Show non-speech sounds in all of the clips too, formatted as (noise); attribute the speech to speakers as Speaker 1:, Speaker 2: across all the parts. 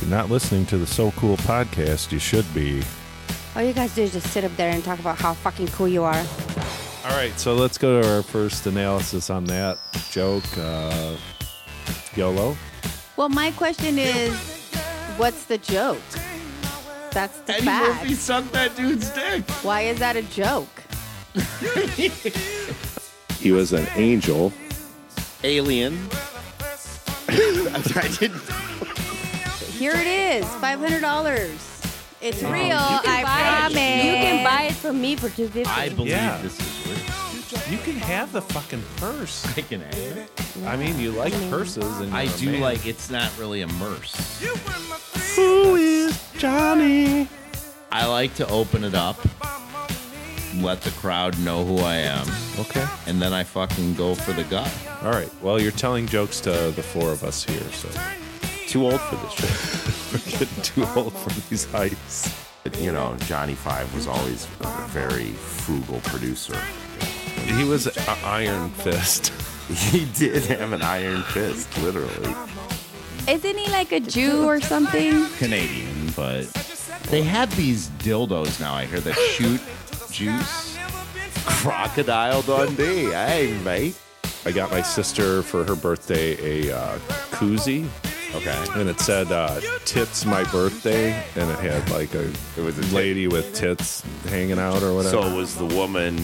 Speaker 1: you're not listening to the So Cool podcast, you should be.
Speaker 2: All you guys do is just sit up there and talk about how fucking cool you are.
Speaker 1: All right, so let's go to our first analysis on that joke. Uh, YOLO.
Speaker 2: Well, my question is, what's the joke? That's the
Speaker 3: Eddie
Speaker 2: fact.
Speaker 3: Murphy sucked that dude's dick.
Speaker 2: Why is that a joke?
Speaker 1: He was an angel.
Speaker 4: (laughs)
Speaker 3: Alien. I didn't.
Speaker 2: Here it is, five hundred dollars. It's real. I promise.
Speaker 5: You can buy it from me for two fifty.
Speaker 3: I believe
Speaker 1: Yeah.
Speaker 3: this is real.
Speaker 1: You can have the fucking purse.
Speaker 3: I can have it.
Speaker 1: I mean, you like purses, and
Speaker 3: I
Speaker 1: you're a
Speaker 3: do
Speaker 1: man.
Speaker 3: like. It's not really a merce.
Speaker 1: Who is Johnny?
Speaker 3: I like to open it up, let the crowd know who I am,
Speaker 1: Okay.
Speaker 3: and then I fucking go for the gut.
Speaker 1: All right. Well, you're telling jokes to the four of us here, so
Speaker 4: Too old for this shit.
Speaker 1: (laughs) we're getting too old for these heights.
Speaker 4: But, you know, Johnny Five was always a very frugal producer. (laughs)
Speaker 1: He was an iron fist.
Speaker 4: He did have an iron fist, literally.
Speaker 5: Isn't he like a Jew or something?
Speaker 3: Canadian, but they have these dildos now. I hear that shoot juice.
Speaker 4: Crocodile Dundee, hey mate.
Speaker 1: I got my sister for her birthday a uh, koozie,
Speaker 4: Okay.
Speaker 1: and it said uh, "Tits My Birthday," and it had like a
Speaker 4: It was a tit.
Speaker 1: lady with tits hanging out or whatever.
Speaker 4: So was the woman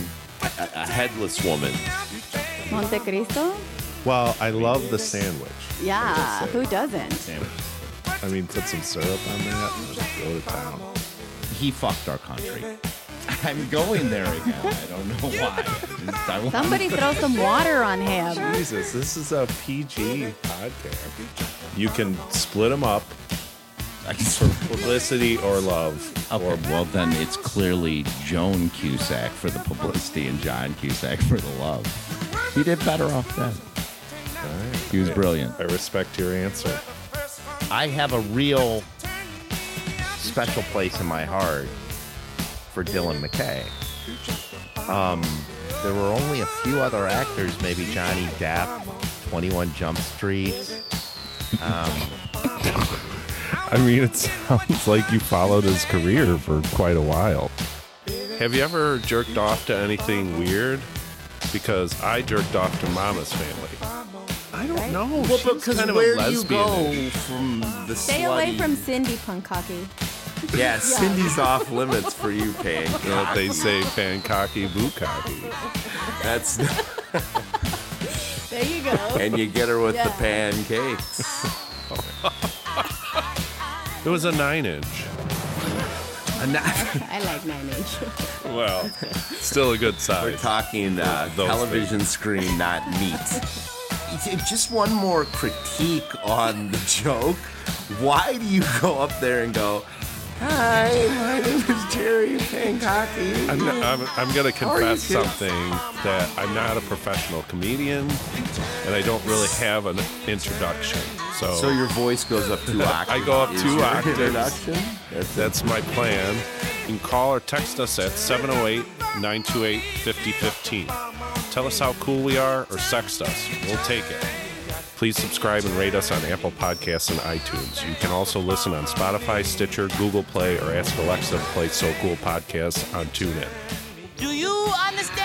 Speaker 4: a, a headless woman?
Speaker 2: Monte Cristo?
Speaker 1: well, I love the sandwich.
Speaker 2: Yeah. Who doesn't?
Speaker 1: I mean, put some syrup on that and just go to town.
Speaker 3: He fucked our country. I'm going there again. I don't know why. I just- I want-
Speaker 2: Somebody throw some water on him.
Speaker 1: Jesus, this is a PG podcast. You can split them up
Speaker 3: I just-
Speaker 1: publicity or love.
Speaker 3: Okay. well, then it's clearly Joan Cusack for the publicity and John Cusack for the love. He did better off then. He was brilliant.
Speaker 1: I respect your answer.
Speaker 3: I have a real.
Speaker 4: Special place in my heart for Dylan McKay. Um, there were only a few other actors, maybe Johnny Depp, 21 Jump Street.
Speaker 1: I mean, it (laughs) sounds like you followed his career for quite a while. Have you ever jerked off to anything weird? Because I jerked off to Mama's family. I don't know. She's kind of a lesbian.
Speaker 4: from the
Speaker 5: Stay away from
Speaker 4: (laughs)
Speaker 5: Cindy Pankaki.
Speaker 4: Yeah, Cindy's off limits for you, Pig. (laughs)
Speaker 1: You know what they say, Pankaki Bukaki.
Speaker 4: That's
Speaker 2: There you go.
Speaker 4: (laughs) and you get her with
Speaker 2: Yeah.
Speaker 4: the (laughs) pancakes.
Speaker 1: It was a nine inch.
Speaker 2: I like nine inch.
Speaker 1: Well, still a good
Speaker 4: We're
Speaker 1: size.
Speaker 4: talking uh,
Speaker 1: Those
Speaker 4: television screen, not (laughs) meat. Just one more critique on the joke. Why do you go up there and go, "Hi, my name is Jerry Pankaki"?
Speaker 1: I'm, not- I'm, I'm going to
Speaker 4: are you
Speaker 1: confess
Speaker 4: kidding?
Speaker 1: something that I'm not a professional comedian and I don't really have an introduction. So,
Speaker 4: So your voice goes up (laughs) two octaves.
Speaker 1: I go up
Speaker 4: is
Speaker 1: two
Speaker 4: your
Speaker 1: octaves.
Speaker 4: Introduction. That's it.
Speaker 1: that's my plan. You can call or text us at 708 928 5015. Tell us how cool we are or sext us. We'll take it. Please subscribe and rate us on Apple Podcasts and iTunes. You can also listen on Spotify, Stitcher, Google Play, or ask Alexa to play So Cool Podcasts on TuneIn.
Speaker 6: Do you understand?